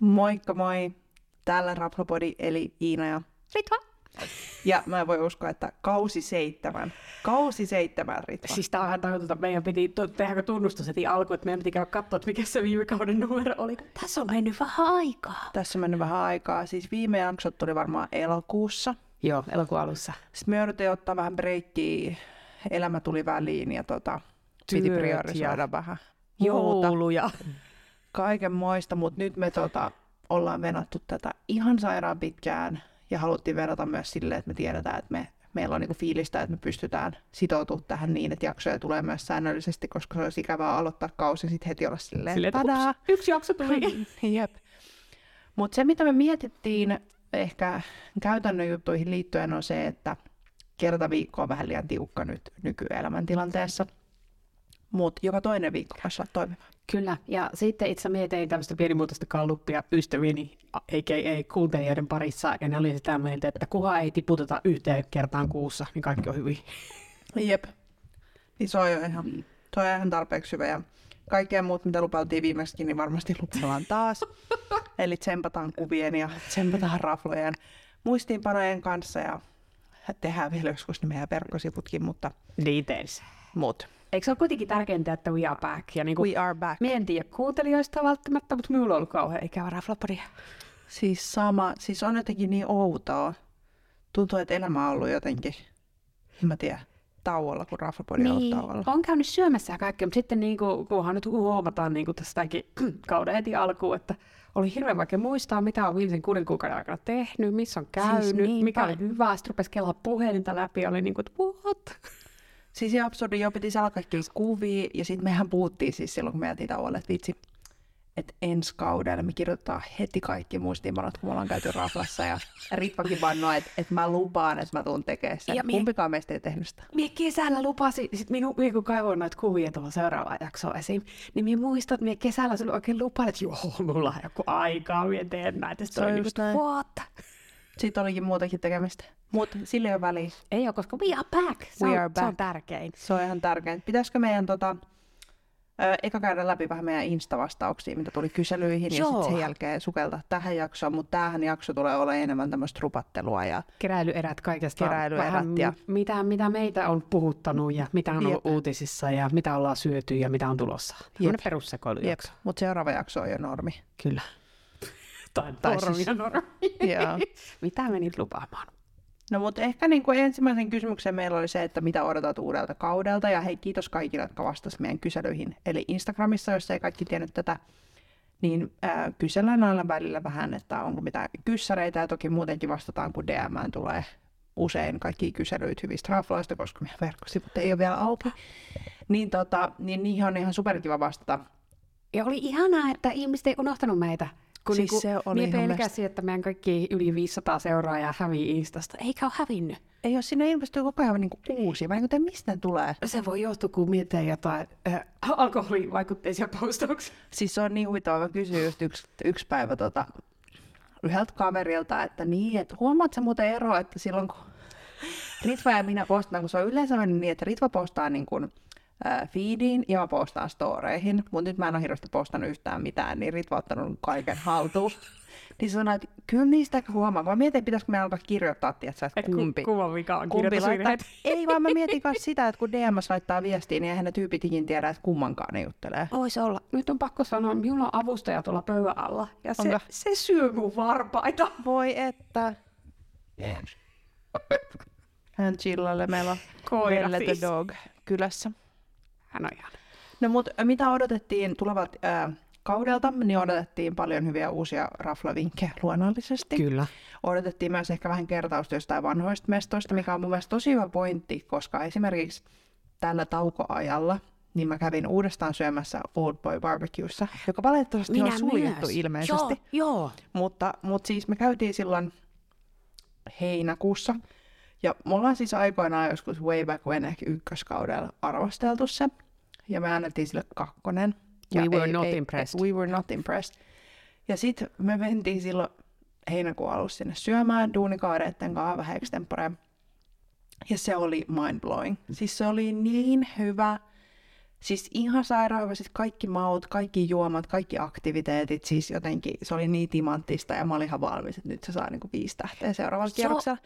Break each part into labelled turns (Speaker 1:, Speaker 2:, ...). Speaker 1: Moikka moi! Täällä Raplopodi eli Iina ja
Speaker 2: Ritva.
Speaker 1: Ja mä en voi uskoa, että kausi seitsemän. Kausi seitsemän, Ritva.
Speaker 2: Siis tää on ihan tajutonta. Meidän piti tu- tehdä tunnustus heti alkuun, että meidän piti käydä katsoa, että mikä se viime kauden numero oli. Tässä on mennyt vähän aikaa.
Speaker 1: Tässä on mennyt vähän aikaa. Siis viime jaksot tuli varmaan elokuussa.
Speaker 2: Joo, elokuun alussa.
Speaker 1: Sitten me jouduttiin ottaa vähän breikkiä. Elämä tuli väliin ja tota, piti
Speaker 2: Työt
Speaker 1: priorisoida vähän. muuta.
Speaker 2: Jouluja.
Speaker 1: kaiken moista, mutta nyt me tota, ollaan venattu tätä ihan sairaan pitkään ja haluttiin verrata myös sille, että me tiedetään, että me, meillä on niinku fiilistä, että me pystytään sitoutumaan tähän niin, että jaksoja tulee myös säännöllisesti, koska se olisi ikävää aloittaa kausi ja sitten heti olla silleen,
Speaker 2: Silleen,
Speaker 1: silleen
Speaker 2: että
Speaker 1: tadaa.
Speaker 2: ups, yksi jakso tuli.
Speaker 1: Jep. Mutta se, mitä me mietittiin ehkä käytännön juttuihin liittyen, on se, että kerta viikko on vähän liian tiukka nyt nykyelämän tilanteessa. Mutta joka toinen viikko päässä toimimaan.
Speaker 2: Kyllä, ja sitten itse mie tein tämmöistä pienimuotoista kalluppia ystävieni, a- a.k.a. kuuntelijoiden parissa, ja ne oli sitä mieltä, että kuha ei tiputeta yhteen kertaan kuussa, niin kaikki on hyvin.
Speaker 1: Jep. Niin se on jo ihan, se on ihan tarpeeksi hyvä. Ja kaikkea muut, mitä lupailtiin viimeksikin, niin varmasti lupaillaan taas. Eli tsempataan kuvien ja tsempataan raflojen muistiinpanojen kanssa ja tehdään vielä joskus ne meidän verkkosivutkin, mutta
Speaker 2: Details.
Speaker 1: mut.
Speaker 2: Eikö se ole kuitenkin tärkeintä, että we are back? Ja niin kuin,
Speaker 1: We are back.
Speaker 2: mie en tiedä kuuntelijoista välttämättä, mutta minulla on ollut kauhean ikävä raflaparia.
Speaker 1: Siis sama, siis on jotenkin niin outoa. Tuntuu, että elämä on ollut jotenkin, en mä tiedä, tauolla, kun raflapodi on ollut tauolla.
Speaker 2: Niin, on käynyt syömässä ja kaikkea, mutta sitten niin kuin, kunhan nyt huomataan niin kuin tästäkin kauden heti alkuun, että oli hirveän vaikea muistaa, mitä on viimeisen kuuden kuukauden aikana tehnyt, missä on käynyt,
Speaker 1: Siis niinpä.
Speaker 2: mikä oli hyvää. Sitten rupesi kelaa puhelinta läpi ja oli niin kuin, että what?
Speaker 1: Siis se absurdi, joo, piti saada kaikki kuvia, ja sitten mehän puhuttiin siis silloin, kun me jätiin tauolle, että vitsi, että ensi kaudella me kirjoitetaan heti kaikki muistiinpanot, kun me ollaan käyty raflassa, ja Ritvakin vannoi, että, että mä lupaan, että mä tuun tekemään sen.
Speaker 2: Ja mie-
Speaker 1: Kumpikaan meistä ei tehnyt sitä.
Speaker 2: Mie kesällä lupasin, sit minu, mie kun kaivoin noita kuvia tuohon seuraavaan jaksoon esiin, niin mie muistan, että mie kesällä sulle oikein lupailin, että joo, mulla on joku aikaa, mie teen näitä. Sitten
Speaker 1: Se
Speaker 2: oli
Speaker 1: on
Speaker 2: niin
Speaker 1: just
Speaker 2: kuin,
Speaker 1: näin.
Speaker 2: että what?
Speaker 1: Siitä olikin muutakin tekemistä. Mutta sillä ei ole väliä.
Speaker 2: Ei ole, koska we are back. Se,
Speaker 1: We
Speaker 2: on,
Speaker 1: are
Speaker 2: se on
Speaker 1: back.
Speaker 2: tärkein.
Speaker 1: Se on ihan tärkein. Pitäisikö meidän tota, ö, eka käydä läpi vähän meidän Insta-vastauksia, mitä tuli kyselyihin, ja
Speaker 2: Joo.
Speaker 1: sitten sen jälkeen sukeltaa tähän jaksoon, mutta tämähän jakso tulee olemaan enemmän tämmöistä rupattelua ja
Speaker 2: keräilyerät kaikesta.
Speaker 1: Keräilyerät
Speaker 2: vähän,
Speaker 1: ja-
Speaker 2: mi- mitä, mitä meitä on puhuttanut ja mitä on
Speaker 1: Jep.
Speaker 2: ollut uutisissa ja mitä ollaan syöty ja mitä on tulossa. Jep.
Speaker 1: Jep,
Speaker 2: perussekoilujakso.
Speaker 1: mutta seuraava jakso on jo normi.
Speaker 2: Kyllä. Tai,
Speaker 1: tai
Speaker 2: tai normi,
Speaker 1: siis-
Speaker 2: normi.
Speaker 1: Joo.
Speaker 2: mitä menit lupaamaan?
Speaker 1: No mutta ehkä niin kuin ensimmäisen kysymyksen meillä oli se, että mitä odotat uudelta kaudelta. Ja hei, kiitos kaikille, jotka vastasivat meidän kyselyihin. Eli Instagramissa, jos ei kaikki tiennyt tätä, niin äh, kysellään aina välillä vähän, että onko mitään kyssäreitä. Ja toki muutenkin vastataan, kun DM tulee usein kaikki kyselyitä hyvistä rafloista, koska meidän verkkosivut ei ole vielä auki. Niin, tota, niin niihin on ihan superkiva vastata.
Speaker 2: Ja oli ihanaa, että ihmiset ei unohtanut meitä. Kun
Speaker 1: Siis se oli
Speaker 2: mie
Speaker 1: ihan
Speaker 2: pelkäsin, että meidän kaikki yli 500 seuraajaa hävii Instasta. Eikä ole hävinnyt.
Speaker 1: Ei ole, sinne ilmestyy koko ajan niin kuin uusi, vai miten mistä ne tulee?
Speaker 2: Se voi johtua, kun mietin jotain äh, alkoholivaikutteisia postauksia.
Speaker 1: Siis se on niin huvittavaa, mä kysyin just yksi, yksi päivä tota, yhdeltä kaverilta, että niin, että huomaat sä muuten eroa, että silloin kun Ritva ja minä postaan, kun se on yleensä mennyt niin, että Ritva postaa niin kuin, äh, feediin ja mä postaan storeihin, mutta nyt mä en ole hirveästi postannut yhtään mitään, niin Ritva on ottanut kaiken haltuun. niin sanoin, että kyllä niistä huomaa. Mä mietin, pitäisikö me alkaa kirjoittaa, tiedätkö, että
Speaker 2: Et ku-
Speaker 1: kumpi.
Speaker 2: Kumman vika on
Speaker 1: Kumpi laittaa?
Speaker 2: kirjoitusvirheet.
Speaker 1: Ei vaan mä mietin kanssa sitä, että kun DMS laittaa viestiä, niin eihän ne tyypit ikin tiedä, että kummankaan ne juttelee.
Speaker 2: Voisi olla. Mm-hmm. Nyt on pakko sanoa, minulla on avustaja tuolla pöydän alla. Ja se,
Speaker 1: Onko?
Speaker 2: se syö mun varpaita.
Speaker 1: Voi että. Hän chillailee. Meillä on
Speaker 2: Koira
Speaker 1: Belle the
Speaker 2: siis.
Speaker 1: Dog kylässä.
Speaker 2: Hän on ihan.
Speaker 1: No mut mitä odotettiin tulevat äh, kaudelta, niin odotettiin paljon hyviä uusia raflavinkkejä luonnollisesti.
Speaker 2: Kyllä.
Speaker 1: Odotettiin myös ehkä vähän kertausta jostain vanhoista mestoista, mikä on mun mielestä tosi hyvä pointti, koska esimerkiksi tällä taukoajalla niin mä kävin uudestaan syömässä Old Boy Barbecuessa, joka valitettavasti on suljettu ilmeisesti.
Speaker 2: Joo, joo.
Speaker 1: Mutta, mutta siis me käytiin silloin heinäkuussa. Ja me ollaan siis aikoinaan joskus way back when ehkä ykköskaudella arvosteltu se. Ja me annettiin sille kakkonen. Ja
Speaker 2: We were not impressed.
Speaker 1: We were not impressed. Ja sitten me mentiin silloin heinäkuun alussa sinne syömään duunikaareiden kanssa vähän extemporeen. Ja se oli mind blowing. Siis se oli niin hyvä. Siis ihan sairaan hyvä, siis kaikki maut, kaikki juomat, kaikki aktiviteetit, siis jotenkin se oli niin timanttista ja mä olin ihan valmis, että nyt se saa niinku viisi tähteä seuraavalla
Speaker 2: Se on-
Speaker 1: kierroksella.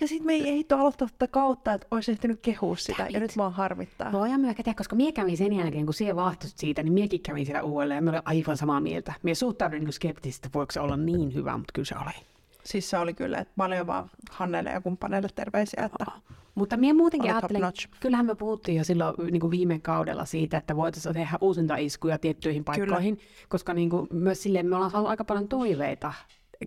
Speaker 1: Ja sitten me ei ehditty aloittaa tätä kautta, että olisi ehtinyt kehua sitä,
Speaker 2: Damn
Speaker 1: ja
Speaker 2: it.
Speaker 1: nyt mua harmittaa.
Speaker 2: Voi ja myökä tehdä, koska mie kävin sen jälkeen, kun siellä vaahtut siitä, niin miekin kävin siellä uudelleen ja mä olin aivan samaa mieltä. Mie suhtauduin niin skeptisesti, että voiko se olla niin hyvä, mutta kyllä se oli.
Speaker 1: Siis se oli kyllä, että paljon vaan Hannelle ja kumppaneille terveisiä, että
Speaker 2: Mutta minä muutenkin
Speaker 1: Oli top
Speaker 2: ajattelen,
Speaker 1: notch.
Speaker 2: kyllähän me puhuttiin jo silloin niin kuin viime kaudella siitä, että voitaisiin tehdä uusintaiskuja tiettyihin paikkoihin, koska niin kuin, myös silleen me ollaan saanut aika paljon toiveita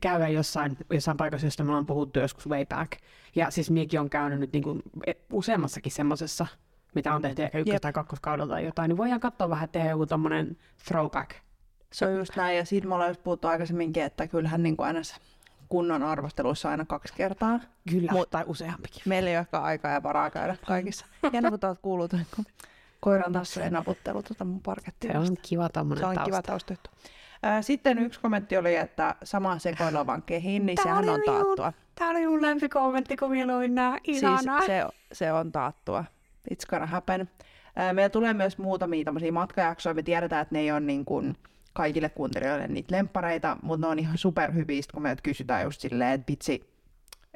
Speaker 2: käydä jossain, jossain paikassa, josta me ollaan puhuttu joskus way back. Ja siis miekin on käynyt nyt niin kuin, useammassakin semmoisessa, mitä on tehty ehkä ykkös-
Speaker 1: Jep.
Speaker 2: tai kakkoskaudella tai jotain, niin voidaan katsoa vähän, että tehdään joku tommonen throwback.
Speaker 1: se on just näin. Ja siitä me ollaan just puhuttu aikaisemminkin, että kyllähän niin kuin NS kunnon arvosteluissa aina kaksi kertaa.
Speaker 2: Kyllä,
Speaker 1: Mut-
Speaker 2: tai useampikin.
Speaker 1: Meillä ei ole ehkä aikaa ja varaa käydä kaikissa. Hienoa, kun olet kuullut tämän, kun koiran tassujen naputtelu tuota mun parkettia.
Speaker 2: Se on kiva tommonen
Speaker 1: se on
Speaker 2: tausta.
Speaker 1: kiva taustajuttu. Ää, Sitten yksi kommentti oli, että sama sekoilla vaan kehin, niin
Speaker 2: Tää
Speaker 1: sehän
Speaker 2: oli
Speaker 1: on
Speaker 2: minun-
Speaker 1: taattua.
Speaker 2: Tämä oli mun lempikommentti, kun minä luin nää.
Speaker 1: Siis
Speaker 2: Ihanaa.
Speaker 1: se, se on taattua. It's gonna happen. Ää, Meillä tulee myös muutamia tämmöisiä matkajaksoja. Me tiedetään, että ne ei ole niin kuin kaikille kuuntelijoille niitä lemppareita, mutta ne on ihan superhyviä, sit kun me kysytään just silleen, että vitsi,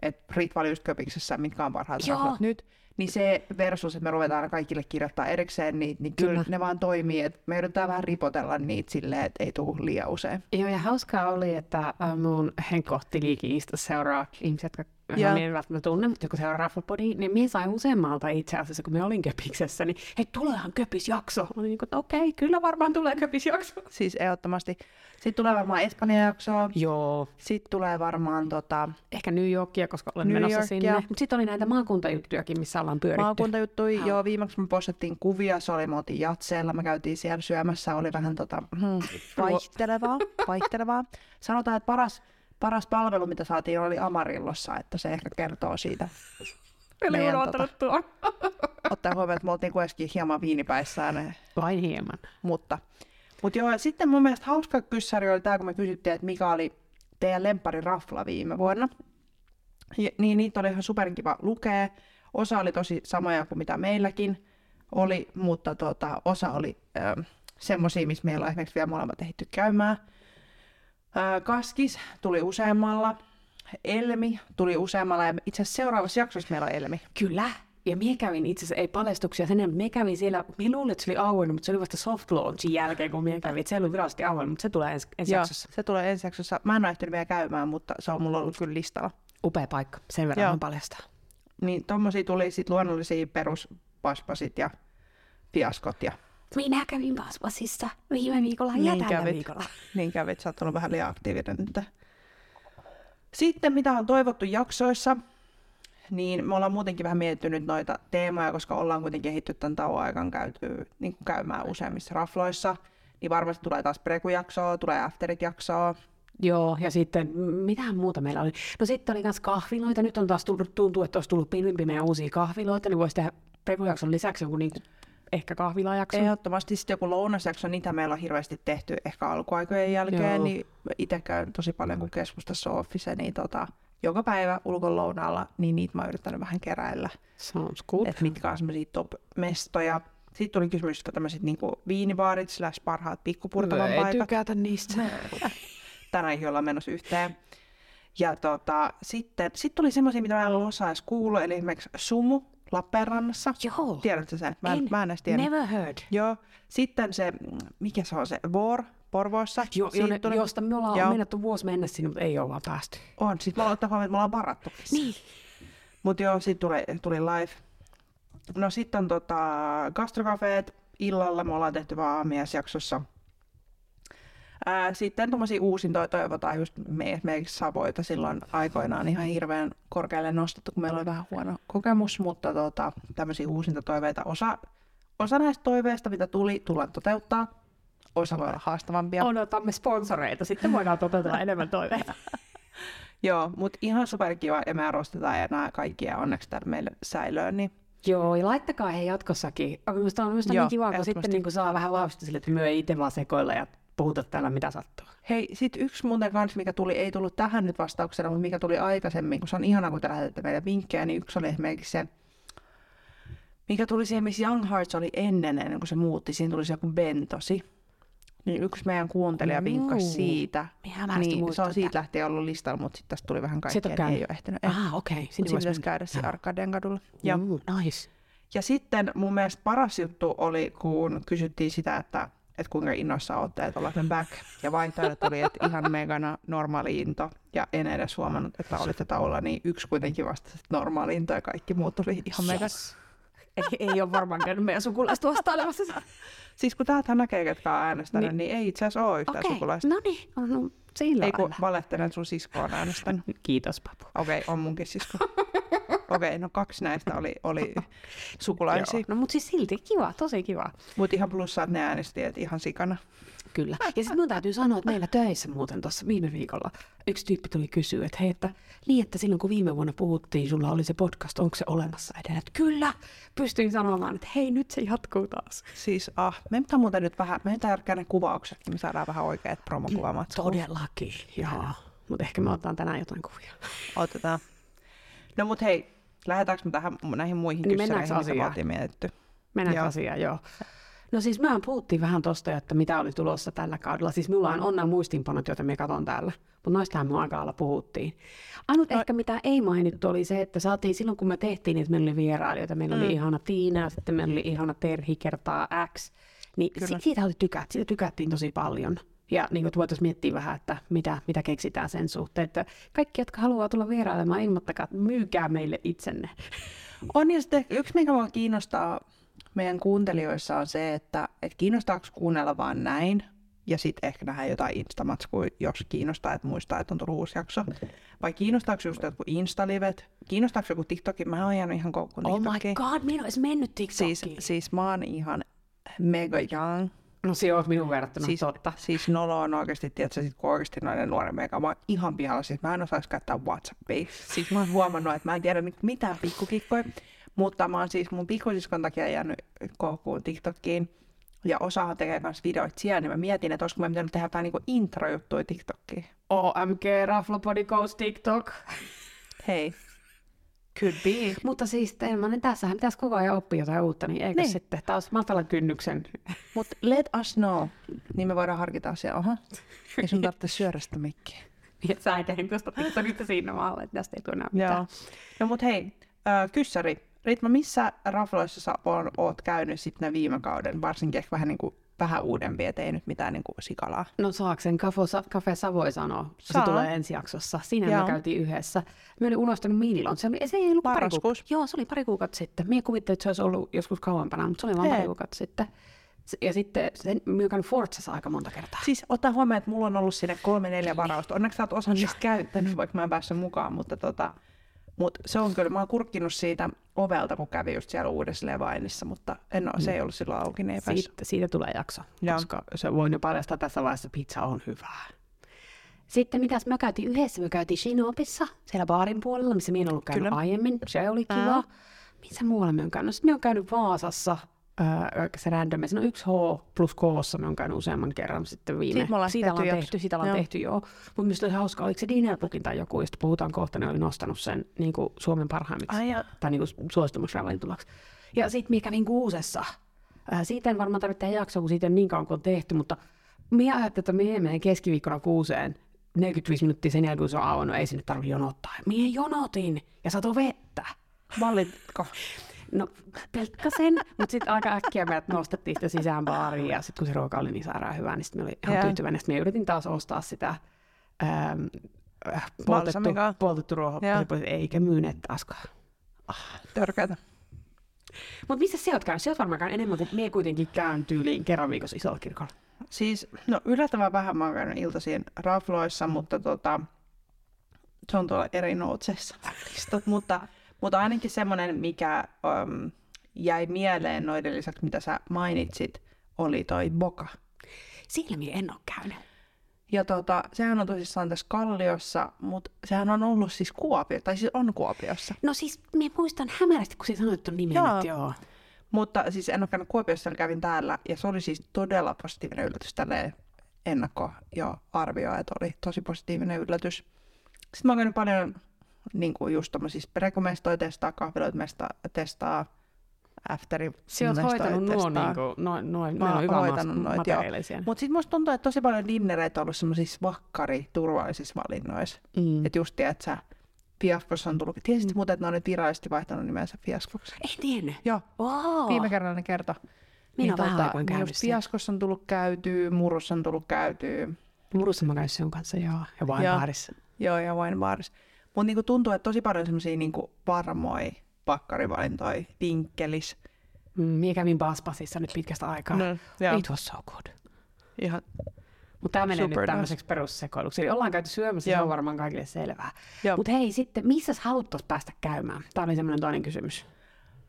Speaker 1: että Ritva oli just köpiksessä, mitkä on parhaat
Speaker 2: Joo.
Speaker 1: raflat nyt, niin se versus, että me ruvetaan aina kaikille kirjoittaa erikseen, niin, niin kyllä,
Speaker 2: Kyllä.
Speaker 1: kyllä ne vaan toimii. Et me yritetään vähän ripotella niitä silleen, että ei tule liian usein.
Speaker 2: Joo, ja hauskaa oli, että ä, mun Henkko Tilikiistä seuraa ihmiset, jotka
Speaker 1: Joo.
Speaker 2: mä en välttämättä tunne, mutta kun seuraa Raffapodi, niin minä sain useammalta itse asiassa, kun mä olin Köpiksessä, niin hei, tuleehan Köpisjakso. Mä olin niin kuin, että okei, kyllä varmaan tulee Köpisjakso.
Speaker 1: Siis ehdottomasti. Sitten tulee varmaan Espanja-jaksoa.
Speaker 2: Joo,
Speaker 1: Sitten tulee varmaan tota,
Speaker 2: ehkä New Yorkia, koska olen
Speaker 1: New
Speaker 2: menossa
Speaker 1: Yorkia.
Speaker 2: sinne. Mutta sitten oli näitä maakuntajuttujakin, missä ollaan pyöritty.
Speaker 1: maakuntajuttui.
Speaker 2: Joo.
Speaker 1: Joo. joo, viimeksi me postattiin kuvia, se oli muoti jatseella, me käytiin siellä syömässä, oli vähän tota, hmm, vaihtelevaa, vaihtelevaa. Sanotaan, että paras, paras palvelu, mitä saatiin, oli Amarillossa, että se ehkä kertoo siitä.
Speaker 2: Eli
Speaker 1: meidän
Speaker 2: unohtanut tuon.
Speaker 1: Ottaen huomioon, että me oltiin kuitenkin hieman viinipäissään,
Speaker 2: Vain hieman.
Speaker 1: mutta... Mutta joo, ja sitten mun mielestä hauska kyssäri oli tämä, kun me kysyttiin, että mikä oli teidän lempari rafla viime vuonna. Ja, niin niitä oli ihan superkiva lukea. Osa oli tosi samoja kuin mitä meilläkin oli, mutta tota, osa oli ö, semmosia, missä meillä on esimerkiksi vielä molemmat ehditty käymään. Ö, Kaskis tuli useammalla. Elmi tuli useammalla ja itse asiassa seuraavassa jaksossa meillä on Elmi.
Speaker 2: Kyllä. Ja mie kävin itse asiassa, ei paljastuksia sen enemmän, mie kävin siellä, mie luulin, että se oli auennut, mutta se oli vasta soft launchin jälkeen, kun mie kävin. Et Se ei ollut virallisesti auennut, mutta se tulee ensi, ensi jaksossa.
Speaker 1: se tulee ensi jaksossa. Mä en ole ehtinyt vielä käymään, mutta se on mulla ollut kyllä listalla.
Speaker 2: Upea paikka, sen verran
Speaker 1: Joo.
Speaker 2: voin paljastaa.
Speaker 1: niin tommosia tuli sit luonnollisia peruspaspasit ja fiaskot ja
Speaker 2: Minä kävin Paspasissa viime viikolla ja
Speaker 1: niin
Speaker 2: tällä
Speaker 1: kävit,
Speaker 2: No viikolla.
Speaker 1: niin kävit, sä oot ollut vähän liian aktiivinen nyt. Sitten mitä on toivottu jaksoissa, niin me ollaan muutenkin vähän miettinyt noita teemoja, koska ollaan kuitenkin kehittynyt tämän tauon aikaan käyty, niin kuin käymään useammissa rafloissa, niin varmasti tulee taas prekujaksoa, tulee afterit-jaksoa.
Speaker 2: Joo, ja sitten m- mitään muuta meillä oli. No sitten oli myös kahviloita, nyt on taas tullut, tuntuu, että olisi tullut pilvimpi meidän uusia kahviloita, niin voisi tehdä prevujakson lisäksi joku niinku, ehkä kahvilajakson.
Speaker 1: Ehdottomasti sitten joku lounasjakso, niitä meillä on hirveästi tehty ehkä alkuaikojen jälkeen,
Speaker 2: Joo.
Speaker 1: Joo. niin itse käyn tosi paljon kun keskustassa on office, niin tota, joka päivä ulkolounaalla, niin niitä mä oon yrittänyt vähän keräillä,
Speaker 2: Sounds good.
Speaker 1: että mitkä on semmoisia top-mestoja. Sitten tuli kysymys, että tämmöiset niinku viinibaarit slash parhaat pikkupurtavan
Speaker 2: No,
Speaker 1: paikat.
Speaker 2: tykätä niistä.
Speaker 1: Tänäänkin ollaan menossa yhteen. Ja tota, sitten sit tuli semmoisia, mitä mä en ollut osaa edes kuulla, eli esimerkiksi Sumu Lappeenrannassa.
Speaker 2: Joo.
Speaker 1: Tiedätkö sen? Mä en,
Speaker 2: En.
Speaker 1: en. mä en edes tiedä.
Speaker 2: Never heard.
Speaker 1: Joo. Sitten se, mm, mikä se on se, Vor Porvoossa.
Speaker 2: Jo,
Speaker 1: Siitä
Speaker 2: jonne,
Speaker 1: tuli-
Speaker 2: josta me ollaan
Speaker 1: Joo.
Speaker 2: mennetty vuosi mennä sinne, mutta ei ole vaan päästy.
Speaker 1: On, sit me ollaan ottaa huomioon, että me ollaan varattu.
Speaker 2: Niin.
Speaker 1: Mutta joo, siitä tuli, tuli live. No sitten on tota, gastrokafeet. Illalla me ollaan tehty vaan aamiaisjaksossa. Ää, sitten tuommoisia uusintoja toivotaan just me, esimerkiksi Savoita silloin aikoinaan ihan hirveän korkealle nostettu, kun meillä oli vähän huono kokemus, mutta tota, tämmöisiä uusintotoiveita. Osa, osa näistä toiveista, mitä tuli, tullaan toteuttaa. Osa voi olla haastavampia.
Speaker 2: Odotamme sponsoreita, sitten voidaan toteuttaa enemmän toiveita.
Speaker 1: Joo, mutta ihan superkiva ja me arvostetaan ja nämä kaikkia onneksi täällä meille säilöön, niin
Speaker 2: Joo, ja laittakaa he jatkossakin. Minusta on, minusta on niin
Speaker 1: Joo,
Speaker 2: kiva, kun sitten
Speaker 1: ehdottomasti.
Speaker 2: niin kuin saa vähän vahvistusta sille, että myö ei itse vaan sekoilla ja puhuta täällä mitä sattuu.
Speaker 1: Hei, sit yksi muuten kanssa, mikä tuli, ei tullut tähän nyt vastauksena, mutta mikä tuli aikaisemmin, kun se on ihanaa, kun te lähetätte meille vinkkejä, niin yksi oli esimerkiksi se, mikä tuli siihen, missä Young Hearts oli ennen, ennen kuin se muutti. Siinä tuli se joku Bentosi. Niin yksi meidän kuuntelija vinkkasi
Speaker 2: Juu.
Speaker 1: siitä.
Speaker 2: Minä
Speaker 1: Niin, se on siitä lähtien ollut listalla, mutta sitten tässä tuli vähän
Speaker 2: Et oo
Speaker 1: kaikkea, niin ei
Speaker 2: käynyt?
Speaker 1: ole ehtinyt. Eh,
Speaker 2: Ah, okei. Okay.
Speaker 1: Sinne
Speaker 2: Sinne
Speaker 1: pitäisi
Speaker 2: voisi mennä.
Speaker 1: käydä siinä Arkadean kadulla. Ja,
Speaker 2: Ja. Nice.
Speaker 1: ja sitten mun mielestä paras juttu oli, kun kysyttiin sitä, että, että kuinka innoissa olette, että olette back. Ja vaihtoehdot oli, että ihan megana normaali into. Ja en edes huomannut, että olitte taululla, niin yksi kuitenkin vastasi, että normaali into ja kaikki muut oli ihan mega.
Speaker 2: Yes. ei, ei ole varmaan käynyt meidän sukulaista vastailemassa.
Speaker 1: Siis kun täältä näkee, ketkä on äänestänyt, niin,
Speaker 2: Niin.
Speaker 1: ei itse asiassa ole yhtään
Speaker 2: Okei,
Speaker 1: sukulaista.
Speaker 2: no niin. No, no, sillä
Speaker 1: Ei kun
Speaker 2: lailla.
Speaker 1: valehtelen, sun sisko on äänestänyt.
Speaker 2: Kiitos, Papu.
Speaker 1: Okei, on munkin sisko. Okei, no kaksi näistä oli, oli sukulaisia.
Speaker 2: No mutta siis silti kiva, tosi kiva.
Speaker 1: Mutta ihan plussaat ne äänesti, että ihan sikana.
Speaker 2: Kyllä. Ja sitten mun täytyy sanoa, että meillä töissä muuten tuossa viime viikolla yksi tyyppi tuli kysyä, että hei, että, niin, että silloin kun viime vuonna puhuttiin, sulla oli se podcast, onko se olemassa edelleen? Että kyllä, pystyin sanomaan, että hei, nyt se jatkuu taas.
Speaker 1: Siis ah, me pitää muuten nyt vähän, meidän tärkeä ne kuvaukset, niin me saadaan vähän oikeat promokuvaamat.
Speaker 2: Todellakin, joo. Mutta ehkä me otetaan tänään jotain kuvia.
Speaker 1: Otetaan. No mut hei, lähdetäänkö me tähän näihin muihin
Speaker 2: Niin mennäänkö
Speaker 1: kyssäreihin, mitä me
Speaker 2: asiaan?
Speaker 1: oltiin mietitty?
Speaker 2: Mennään
Speaker 1: Joo.
Speaker 2: joo. asiaan, joo. No siis mehän puhuttiin vähän tosta, että mitä oli tulossa tällä kaudella. Siis mulla on, on nämä muistiinpanot, joita me katon täällä. Mutta noistähän me aika lailla puhuttiin. Ainut no. ehkä mitä ei mainittu oli se, että saatiin silloin kun me tehtiin, että meillä oli vierailijoita. Meillä mm. oli ihana Tiina ja sitten meillä oli ihana Terhi kertaa X. Niin si- siitä oli tykät, siitä tykättiin tosi paljon. Ja niin kuin voitaisiin miettiä vähän, että mitä, mitä keksitään sen suhteen. Että kaikki, jotka haluaa tulla vierailemaan, ilmoittakaa, että myykää meille itsenne.
Speaker 1: On ja sitten yksi, mikä mua kiinnostaa meidän kuuntelijoissa on se, että et kiinnostaako kuunnella vaan näin ja sitten ehkä nähdä jotain instamatskua, jos kiinnostaa, että muistaa, että on tullut uusi jakso. Vai kiinnostaako just jotkut instalivet? Kiinnostaako joku TikTokin? Mä oon jäänyt ihan koukkuun
Speaker 2: Oh
Speaker 1: TikTokiin.
Speaker 2: my god, minä en olisi mennyt TikTokiin.
Speaker 1: Siis, siis mä oon ihan mega young.
Speaker 2: No se on minun verrattuna
Speaker 1: Siis,
Speaker 2: siis, totta.
Speaker 1: siis nolo on oikeasti, tiedätkö, sit kun oikeasti noiden nuoren mega, mä oon ihan pihalla, siis mä en osaisi käyttää Whatsappia. Siis mä oon huomannut, että mä en tiedä niinku mitään pikkukikkoja, mutta mä oon siis mun pikkusiskon takia jäänyt koukkuun TikTokiin. Ja osahan tekee myös videoita siellä, niin mä mietin, että olisiko mä pitänyt tehdä jotain niinku intro-juttuja TikTokiin.
Speaker 2: OMG, Raflopodi goes TikTok.
Speaker 1: Hei. Could be.
Speaker 2: Mutta siis Teeman, niin tässähän pitäisi koko ajan oppia jotain uutta, niin eikö
Speaker 1: Niin.
Speaker 2: niin. sitten taas matalan kynnyksen?
Speaker 1: Mutta let us know, niin me voidaan harkita asiaa. Aha. Ei sun tarvitse syödä sitä mikkiä.
Speaker 2: Ja niin, sä edelleen tuosta TikTokista siinä maalle, että tästä ei tule enää
Speaker 1: Joo.
Speaker 2: mitään.
Speaker 1: No mut hei, äh, kyssäri. Ritma, missä rafloissa sä on, oot käynyt sitten viime kauden, varsinkin ehkä vähän, niin kuin, vähän uudempi, ettei nyt mitään niin kuin, sikalaa.
Speaker 2: No saako sen Kafo, Sa- Cafe Savoi sanoa? Se
Speaker 1: Saa.
Speaker 2: tulee ensi jaksossa. Siinä
Speaker 1: Joo.
Speaker 2: me käytiin yhdessä. Mä olin unohtanut milloin. Se, oli, se ei ollut pari
Speaker 1: Marraskuussa.
Speaker 2: kuukautta. Joo, se oli pari kuukautta sitten. Mie kuvittelin, että se olisi ollut joskus kauempana, mutta se oli vain
Speaker 1: Ei.
Speaker 2: pari kuukautta sitten. Se- Ja sitten sen, mä oon Forzassa aika monta kertaa.
Speaker 1: Siis ottaa huomioon, että mulla on ollut sinne kolme neljä varausta. Onneksi sä oot osan niistä käyttänyt, vaikka mä en päässyt mukaan, mutta tota, mut se on kyllä, mä oon kurkkinut siitä ovelta, kun kävi just siellä uudessa Levainissa, mutta en oo, se ei ollut silloin auki, niin ei päässyt.
Speaker 2: Siitä, siitä tulee jakso,
Speaker 1: Joo.
Speaker 2: ja. koska se voin jo paljastaa tässä vaiheessa, että pizza on hyvää. Sitten mitäs me käytiin yhdessä, me käytiin Shinobissa, siellä baarin puolella, missä minä en ollut käynyt
Speaker 1: Kyllä.
Speaker 2: Kyllä. aiemmin, se oli kiva. Missä muualla me on käynyt? Sitten me on käynyt Vaasassa, öö, se random, siinä on yksi H plus Koossa, me on käynyt useamman kerran sitten viime.
Speaker 1: Siitä me ollaan
Speaker 2: siitä ollaan
Speaker 1: tehty
Speaker 2: tehty, siitä ollaan
Speaker 1: Joo.
Speaker 2: tehty, joo. Mutta myös oli hauska, oliko se Dinnerbukin tai joku, josta puhutaan kohta, ne oli nostanut sen niin kuin Suomen parhaimmiksi
Speaker 1: Ai ja-
Speaker 2: tai niinku suostumusravintolaksi. Ja sitten minä kävin kuusessa. Ää, Siitä en varmaan tarvitse tehdä jaksoa, kun siitä on niin kauan kuin on tehty, mutta minä ajattelin, että minä menen keskiviikkona kuuseen 45 minuuttia sen jälkeen, kun se on auennut, ei sinne tarvitse jonottaa. Minä jonotin ja sato vettä.
Speaker 1: Vallitko?
Speaker 2: No pelkkasen, mutta sitten aika äkkiä meidät nostettiin sitä sisään baariin ja sitten kun se ruoka oli niin sairaan hyvää, niin sitten mä olin ihan
Speaker 1: Joo.
Speaker 2: tyytyväinen. Sitten mä yritin taas ostaa sitä ähm, äh, poltettu,
Speaker 1: Balsamikaa.
Speaker 2: poltettu ruoho,
Speaker 1: Joo.
Speaker 2: eikä myyneet taaskaan.
Speaker 1: Törkeätä.
Speaker 2: Mutta missä sä oot käynyt? Sä oot varmaan käynyt enemmän, kun mie kuitenkin käyn tyyliin kerran viikossa isolla kirkolla.
Speaker 1: Siis, no yllättävän vähän mä oon käynyt iltaisin rafloissa, mutta tota, se on tuolla eri noutsessa listat, mutta, mutta ainakin semmoinen, mikä um, jäi mieleen noiden lisäksi, mitä sä mainitsit, oli toi Boka.
Speaker 2: Siellä mie en oo käynyt.
Speaker 1: Ja tota, sehän on tosissaan tässä Kalliossa, mutta sehän on ollut siis Kuopio, tai siis on Kuopiossa.
Speaker 2: No siis mie muistan hämärästi, kun sä sanoit ton nimen.
Speaker 1: Joo.
Speaker 2: Joo. joo.
Speaker 1: Mutta siis en ole käynyt Kuopiossa, siellä kävin täällä, ja se oli siis todella positiivinen yllätys tälleen ennakko jo arvioi, että oli tosi positiivinen yllätys. Sitten mä oon käynyt niinku, paljon niin kuin just tommosissa, kun testaa, kahviloita mesta- testaa, afteri
Speaker 2: Sä oot hoitanut nuo, niinku, no, no, ne
Speaker 1: Mä
Speaker 2: on
Speaker 1: oon
Speaker 2: hyvä
Speaker 1: hoitanut noit,
Speaker 2: mas- materiaali siellä.
Speaker 1: Mutta sitten musta tuntuu, että tosi paljon dinnereitä on ollut semmoisissa vakkari turvallisissa valinnoissa.
Speaker 2: Mm.
Speaker 1: Että just tiedät sä, Fiaskossa on tullut. Tiesit mm. muuten, että ne on nyt virallisesti vaihtanut nimensä Fiaskoksi?
Speaker 2: Ei tiennyt.
Speaker 1: Joo,
Speaker 2: Wow.
Speaker 1: viime kerralla ne kertoi.
Speaker 2: Minä vähän aikoin
Speaker 1: niin
Speaker 2: käynyt
Speaker 1: just
Speaker 2: siellä.
Speaker 1: Fiaskossa on tullut käytyy, Murussa on tullut käytyy.
Speaker 2: Murussa mä käyn sen kanssa, joo. Ja vainbaarissa.
Speaker 1: Joo, ja wine bars. Mutta niinku tuntuu, että tosi paljon semmoisia niinku varmoja pakkarivalintoja, vinkkelis.
Speaker 2: Mm, minä kävin Baspasissa nyt pitkästä aikaa. No, It was so good.
Speaker 1: ihan
Speaker 2: Mutta tämä menee
Speaker 1: Super
Speaker 2: nyt
Speaker 1: nice.
Speaker 2: tämmöiseksi perussekoiluksi. Eli ollaan käyty syömässä, se
Speaker 1: Joo.
Speaker 2: on varmaan kaikille selvää.
Speaker 1: Joo.
Speaker 2: Mutta hei, sitten missä haluttaisiin päästä käymään? Tämä oli semmoinen toinen kysymys.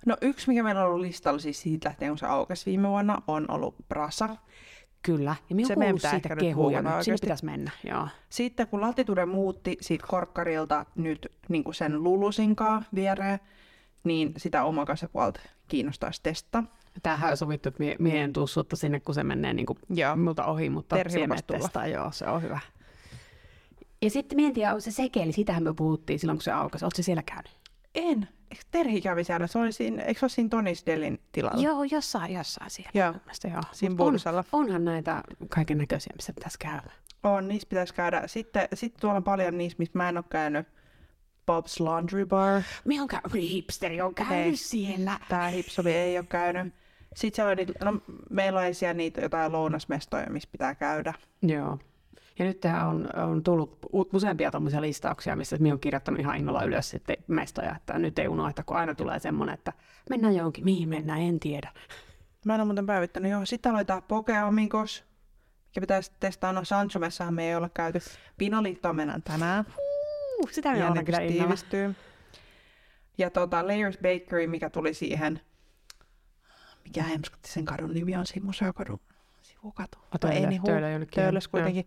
Speaker 1: No yksi, mikä meillä on ollut listalla siis siitä lähtien, kun se aukesi viime vuonna, on ollut Brasa.
Speaker 2: Kyllä, ja minä
Speaker 1: Se
Speaker 2: on
Speaker 1: meidän
Speaker 2: kuullut
Speaker 1: pitää
Speaker 2: siitä
Speaker 1: ehkä nyt
Speaker 2: kehuja
Speaker 1: googata
Speaker 2: nyt. Sinne
Speaker 1: oikeasti.
Speaker 2: pitäisi mennä, joo.
Speaker 1: Sitten kun Latitude muutti siitä Korkkarilta nyt niin kuin sen Lulusinkaa viereen, niin sitä omakasepuolta kiinnostaisi testata.
Speaker 2: Tämähän on sovittu, että mie, mie en tuu sutta sinne, kun se menee niin kuin
Speaker 1: Joo.
Speaker 2: multa ohi, mutta
Speaker 1: Terhi
Speaker 2: sinä
Speaker 1: lupasi
Speaker 2: menet
Speaker 1: tulla.
Speaker 2: testaa, joo, se on hyvä. Ja sitten mie en tiedä, on se sekeli, sitähän me puhuttiin silloin, kun se aukasi. Oletko se siellä käynyt?
Speaker 1: En. Eikö Terhi kävi siellä? Se oli siinä, eikö se ole siinä Tonisdelin tilalla?
Speaker 2: Joo, jossain, jossain siellä.
Speaker 1: Joo.
Speaker 2: mun mielestä, joo.
Speaker 1: Siinä
Speaker 2: Mut on,
Speaker 1: Bursalla.
Speaker 2: onhan näitä kaiken näköisiä, missä pitäisi käydä.
Speaker 1: On, niissä pitäisi käydä. Sitten, sitten tuolla on paljon niissä, missä mä en ole käynyt. Bob's Laundry Bar.
Speaker 2: Me on käy- hipsteri on käynyt
Speaker 1: Hei.
Speaker 2: siellä.
Speaker 1: Tää hipsoli ei ole käynyt. Sitten siellä on niitä, no, meillä on siellä niitä jotain lounasmestoja, missä pitää käydä.
Speaker 2: Joo. Ja nyt tähän on, on tullut u- useampia tuommoisia listauksia, missä minä olen kirjoittanut ihan innolla ylös sitten mestoja, että nyt ei unohda, kun aina tulee semmoinen, että mennään johonkin, mihin mennään, en tiedä.
Speaker 1: Mä en ole muuten päivittänyt. Joo, sitten aloitetaan Pokeomikos, mikä pitäisi testaa. No Sanchomessahan me ei olla käyty. Pinoliittoon mennään tänään.
Speaker 2: Uh, sitä minä olen
Speaker 1: Jännitys
Speaker 2: kyllä innolla.
Speaker 1: tiivistyy. Ja tota, Layers Bakery, mikä tuli siihen, mikä hemskatti sen kadun nimi on siinä museokadun sivukatu.
Speaker 2: Ota
Speaker 1: ei
Speaker 2: Töölö-
Speaker 1: niin huu-
Speaker 2: Töölö jonnekin, joo.
Speaker 1: Töölös kuitenkin.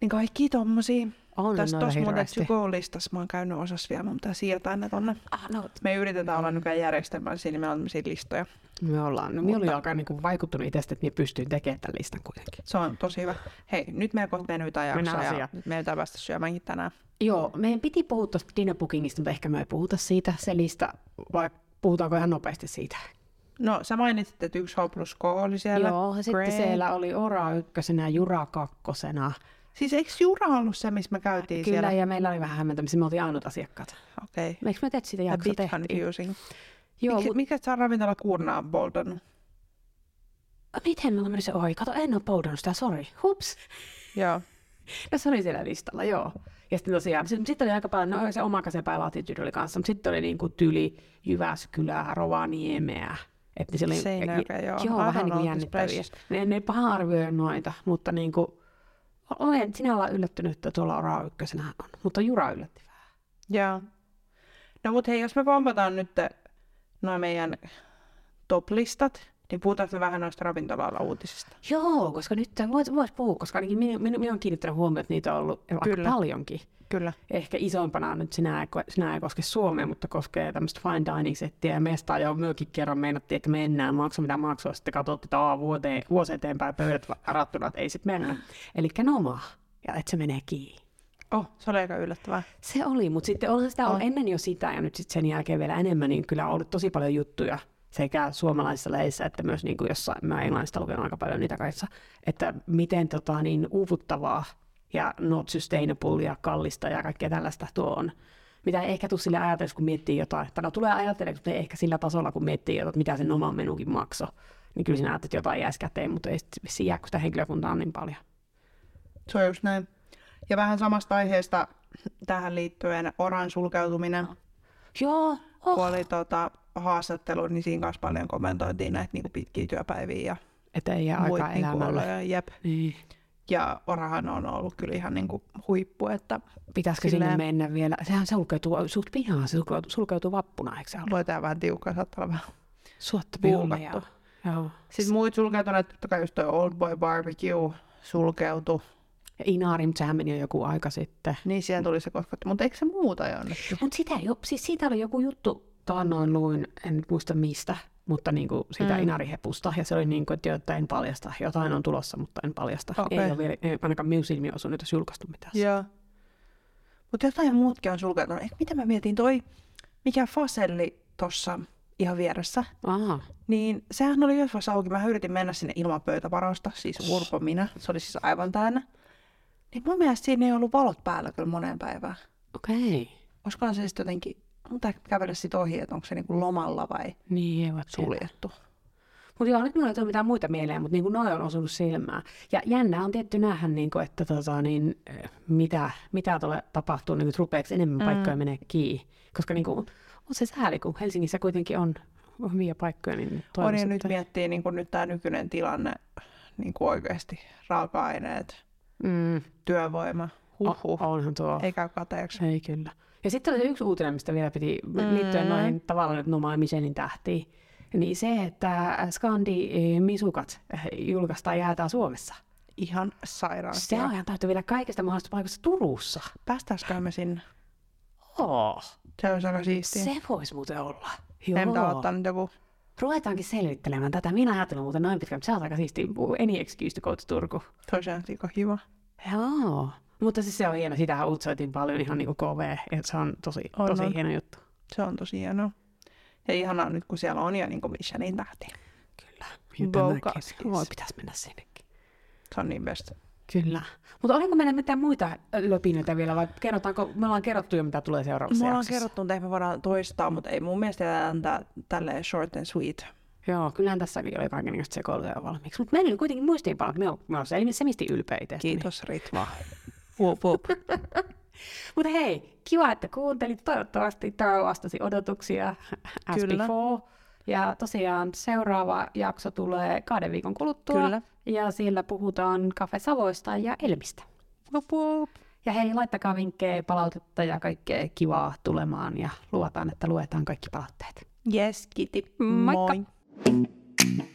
Speaker 1: Niin kaikki tommosia.
Speaker 2: On
Speaker 1: Tässä
Speaker 2: noita
Speaker 1: tuossa muuten
Speaker 2: hirveästi.
Speaker 1: to go listassa mä oon käynyt osassa vielä, mutta pitää siirtää ne tonne.
Speaker 2: Ah, no,
Speaker 1: Me yritetään olla nykyään järjestelmällisiä, niin meillä on tämmöisiä listoja.
Speaker 2: me ollaan, no, minä olin aika niin kuin vaikuttunut itsestä, että minä pystyin tekemään tämän listan kuitenkin.
Speaker 1: Se on tosi hyvä. Hei, nyt meidän kohta venytään jaksoa
Speaker 2: Mennään
Speaker 1: ja
Speaker 2: asiaan.
Speaker 1: meidän pitää päästä syömäänkin tänään.
Speaker 2: Joo, meidän piti puhua tuosta dinner bookingista, mutta ehkä me ei puhuta siitä, se lista, vai puhutaanko ihan nopeasti siitä?
Speaker 1: No, sä mainitsit, että yksi H plus K oli siellä.
Speaker 2: Joo, sitten
Speaker 1: Great.
Speaker 2: siellä oli Ora ykkösenä, Jura kakkosena.
Speaker 1: Siis eikö Jura ollut se, missä me käytiin
Speaker 2: Kyllä,
Speaker 1: siellä?
Speaker 2: ja meillä oli vähän hämmentämistä, me oltiin ainut asiakkaat.
Speaker 1: Okei. Okay.
Speaker 2: Eikö me tehty sitä
Speaker 1: A
Speaker 2: jakso
Speaker 1: bit
Speaker 2: tehtiin?
Speaker 1: confusing.
Speaker 2: Joo,
Speaker 1: Miksi,
Speaker 2: mutta
Speaker 1: mikä sä ravintola kuurnaa on boldannut?
Speaker 2: miten me ollaan mennyt se ohi? Kato, en ole poudannut sitä, sori. Hups.
Speaker 1: Joo.
Speaker 2: No se oli siellä listalla, joo. Ja sitten tosiaan, sitten sit oli aika paljon, no se oma kasepää Latitude oli kanssa, mutta sitten oli niinku Tyli, Jyväskylää, Rovaniemeä. Että se oli,
Speaker 1: Seinäjoki, joo.
Speaker 2: joo
Speaker 1: I
Speaker 2: vähän
Speaker 1: don't know
Speaker 2: niin kuin
Speaker 1: this
Speaker 2: jännittäviä.
Speaker 1: place.
Speaker 2: Ne, ne ei paha arvioi noita, mutta niin kuin, olen sinä olla yllättynyt, että tuolla Ora ykkösenä on, mutta Jura yllätti vähän.
Speaker 1: Joo. No mut hei, jos me pompataan nyt noin meidän top-listat, niin puhutaan me vähän noista ravintola uutisista.
Speaker 2: Joo, koska nyt voisi vois puhua, koska ainakin minä, minä, minä olen kiinnittänyt huomioon, että niitä on ollut
Speaker 1: Kyllä.
Speaker 2: aika paljonkin.
Speaker 1: Kyllä.
Speaker 2: Ehkä isompana on nyt sinä ei, ko- sinä ei koske Suomea, mutta koskee tämmöistä fine dining settiä ja mestaa. Ja myökin kerran meinattiin, että mennään, maksa mitä maksua, sitten katsottiin, että aa, vuoteen, vuosi eteenpäin pöydät va- varattuna, että ei sitten mennä. Eli nomaa, ja että se menee kiinni.
Speaker 1: Oh, se oli aika yllättävää.
Speaker 2: Se oli, mutta sitten onhan sitä ollut ennen jo sitä ja nyt sitten sen jälkeen vielä enemmän, niin kyllä on ollut tosi paljon juttuja sekä suomalaisissa lehdissä että myös niin kuin jossain, mä englannista lukenut aika paljon niitä kaikissa, että miten tota, niin uuvuttavaa ja not sustainable ja kallista ja kaikkea tällaista tuo on. Mitä ei ehkä tule sillä ajatelleeksi, kun miettii jotain. Tai no tulee ajatelleeksi, mutta ei ehkä sillä tasolla, kun miettii, jotain, että mitä sen oman menukin maksoi. Niin kyllä sinä ajattelet että jotain jäisi käteen, mutta ei sitten vissiin jää, kun sitä henkilökuntaa on niin paljon.
Speaker 1: Se on just näin. Ja vähän samasta aiheesta tähän liittyen oran sulkeutuminen.
Speaker 2: Joo, oh.
Speaker 1: Kun oli tota, haastattelu, niin siinä kanssa paljon kommentoitiin näitä niinku pitkiä työpäiviä ja
Speaker 2: Että ei jää aikaa
Speaker 1: muita niinku
Speaker 2: elämälle.
Speaker 1: oloja. Jep.
Speaker 2: Niin.
Speaker 1: Ja orahan on ollut kyllä ihan niinku huippu, että
Speaker 2: Pitäisikö
Speaker 1: Silleen-
Speaker 2: sinne mennä vielä? Sehän sulkeutuu suht pihaan, se sulkeutuu, sulkeutuu vappuna, eikö se ollut?
Speaker 1: voi tää vähän tiukkaa, saattaa olla vähän
Speaker 2: Suotta
Speaker 1: pihalle ja-
Speaker 2: Joo.
Speaker 1: Sitten muut sulkeutuneet, totta kai just toi Old Boy Barbecue sulkeutui.
Speaker 2: Ja Inaari, mutta sehän meni jo joku aika sitten.
Speaker 1: Niin siellä tuli se kotkotti. Mutta eikö se muuta jo nyt?
Speaker 2: Mutta sitä ei oo- siis siitä oli joku juttu, taannoin luin, en nyt muista mistä, mutta niinku siitä mm. Inari-hepusta. Ja se oli niin kuin, että, joo, että en paljasta. Jotain on tulossa, mutta en paljasta.
Speaker 1: Okei.
Speaker 2: Okay. Ei ole vielä, ei ainakaan minun silmiin osunut, nyt jos julkaistu mitään.
Speaker 1: Joo. Mutta jotain muutkin on sulkeutunut. Eikö mitä mä mietin toi, mikä Faselli tossa ihan vieressä,
Speaker 2: Aha.
Speaker 1: niin sehän oli yhdessä vaiheessa auki. Mä yritin mennä sinne ilman pöytävarausta, siis urpo minä. Se oli siis aivan täynnä. Niin mun mielestä siinä ei ollut valot päällä kyllä moneen päivään.
Speaker 2: Okei. Okay.
Speaker 1: Olisikohan se sitten jotenkin, mutta kävellä sitten ohi, että onko se niinku lomalla vai
Speaker 2: Niin, ei voi tiedä.
Speaker 1: suljettu.
Speaker 2: Mutta joo, nyt mulla ei tule mitään muita mieleen, mutta niinku noin on osunut silmään. Ja jännää on tietty nähdä, niinku, että tota, niin, eh, mitä, mitä tuolle tapahtuu, niinku, että rupeeksi enemmän mm. paikkoja menee kiinni. Koska niinku, on se sääli, kun Helsingissä kuitenkin on hyviä paikkoja, niin
Speaker 1: On
Speaker 2: toivoisin,
Speaker 1: ja
Speaker 2: että...
Speaker 1: nyt miettii niin nyt tämä nykyinen tilanne, niin kuin oikeasti raaka-aineet,
Speaker 2: mm,
Speaker 1: työvoima, huhhuh,
Speaker 2: oh, onhan tuo.
Speaker 1: Uhuh. ei käy kateeksi.
Speaker 2: Ei kyllä. Ja sitten oli se yksi uutinen, mistä vielä piti
Speaker 1: Mm.
Speaker 2: liittyen noihin tavallaan nyt Noma ja Michelin tähtiin. Niin se, että Skandi eh, Misukat eh, julkaistaan ja jaetaan Suomessa.
Speaker 1: Ihan sairaan.
Speaker 2: Se on ihan täytyy vielä kaikista mahdollisista paikoista Turussa.
Speaker 1: Päästäisikö me sinne?
Speaker 2: Oh,
Speaker 1: Se olisi aika siistiä.
Speaker 2: se voisi muuten olla.
Speaker 1: Meidän pitää
Speaker 2: Joo.
Speaker 1: ottaa nyt joku.
Speaker 2: Ruvetaankin selvittelemään tätä. Minä ajattelin muuten noin pitkään, mutta se on aika siisti. Any excuse to go to Turku.
Speaker 1: Se olisi ihan sika kiva.
Speaker 2: Joo. Mutta siis se on hieno. Sitähän utsoitiin paljon ihan niinku kovee. Et se on tosi,
Speaker 1: On,
Speaker 2: tosi
Speaker 1: on.
Speaker 2: hieno juttu.
Speaker 1: Se on tosi hienoa. Ja ihanaa nyt, kun siellä on jo niin Michelin tähti.
Speaker 2: Kyllä.
Speaker 1: Go
Speaker 2: Tänäänkin.
Speaker 1: Kaskis.
Speaker 2: Voi, pitäisi mennä sinnekin.
Speaker 1: Se on niin best.
Speaker 2: Kyllä. Mutta oliko meillä mitään muita löpinöitä vielä vai kerrotaanko, me ollaan kerrottu jo mitä tulee seuraavassa
Speaker 1: Me ollaan
Speaker 2: jaksossa.
Speaker 1: kerrottu, mutta ei me voidaan toistaa, mutta ei mun mielestä jätä antaa tälleen short and sweet.
Speaker 2: Joo, kyllähän tässäkin oli kaikenlaista sekoilua jo valmiiksi. Mutta meillä oli kuitenkin muistiinpanot, me ollaan se, se mistä ylpeä itsestäni.
Speaker 1: Kiitos Ritva. Wup, wup.
Speaker 2: Mutta hei, kiva, että kuuntelit. Toivottavasti tämä vastasi odotuksia as
Speaker 1: Kyllä.
Speaker 2: before. Ja tosiaan seuraava jakso tulee kahden viikon kuluttua.
Speaker 1: Kyllä.
Speaker 2: Ja siellä puhutaan Cafe Savoista ja Elmistä.
Speaker 1: Wup, wup.
Speaker 2: Ja hei, laittakaa vinkkejä, palautetta ja kaikkea kivaa tulemaan ja luotaan, että luetaan kaikki palautteet.
Speaker 1: Yes, Kitty.
Speaker 2: Moikka.
Speaker 1: Moi.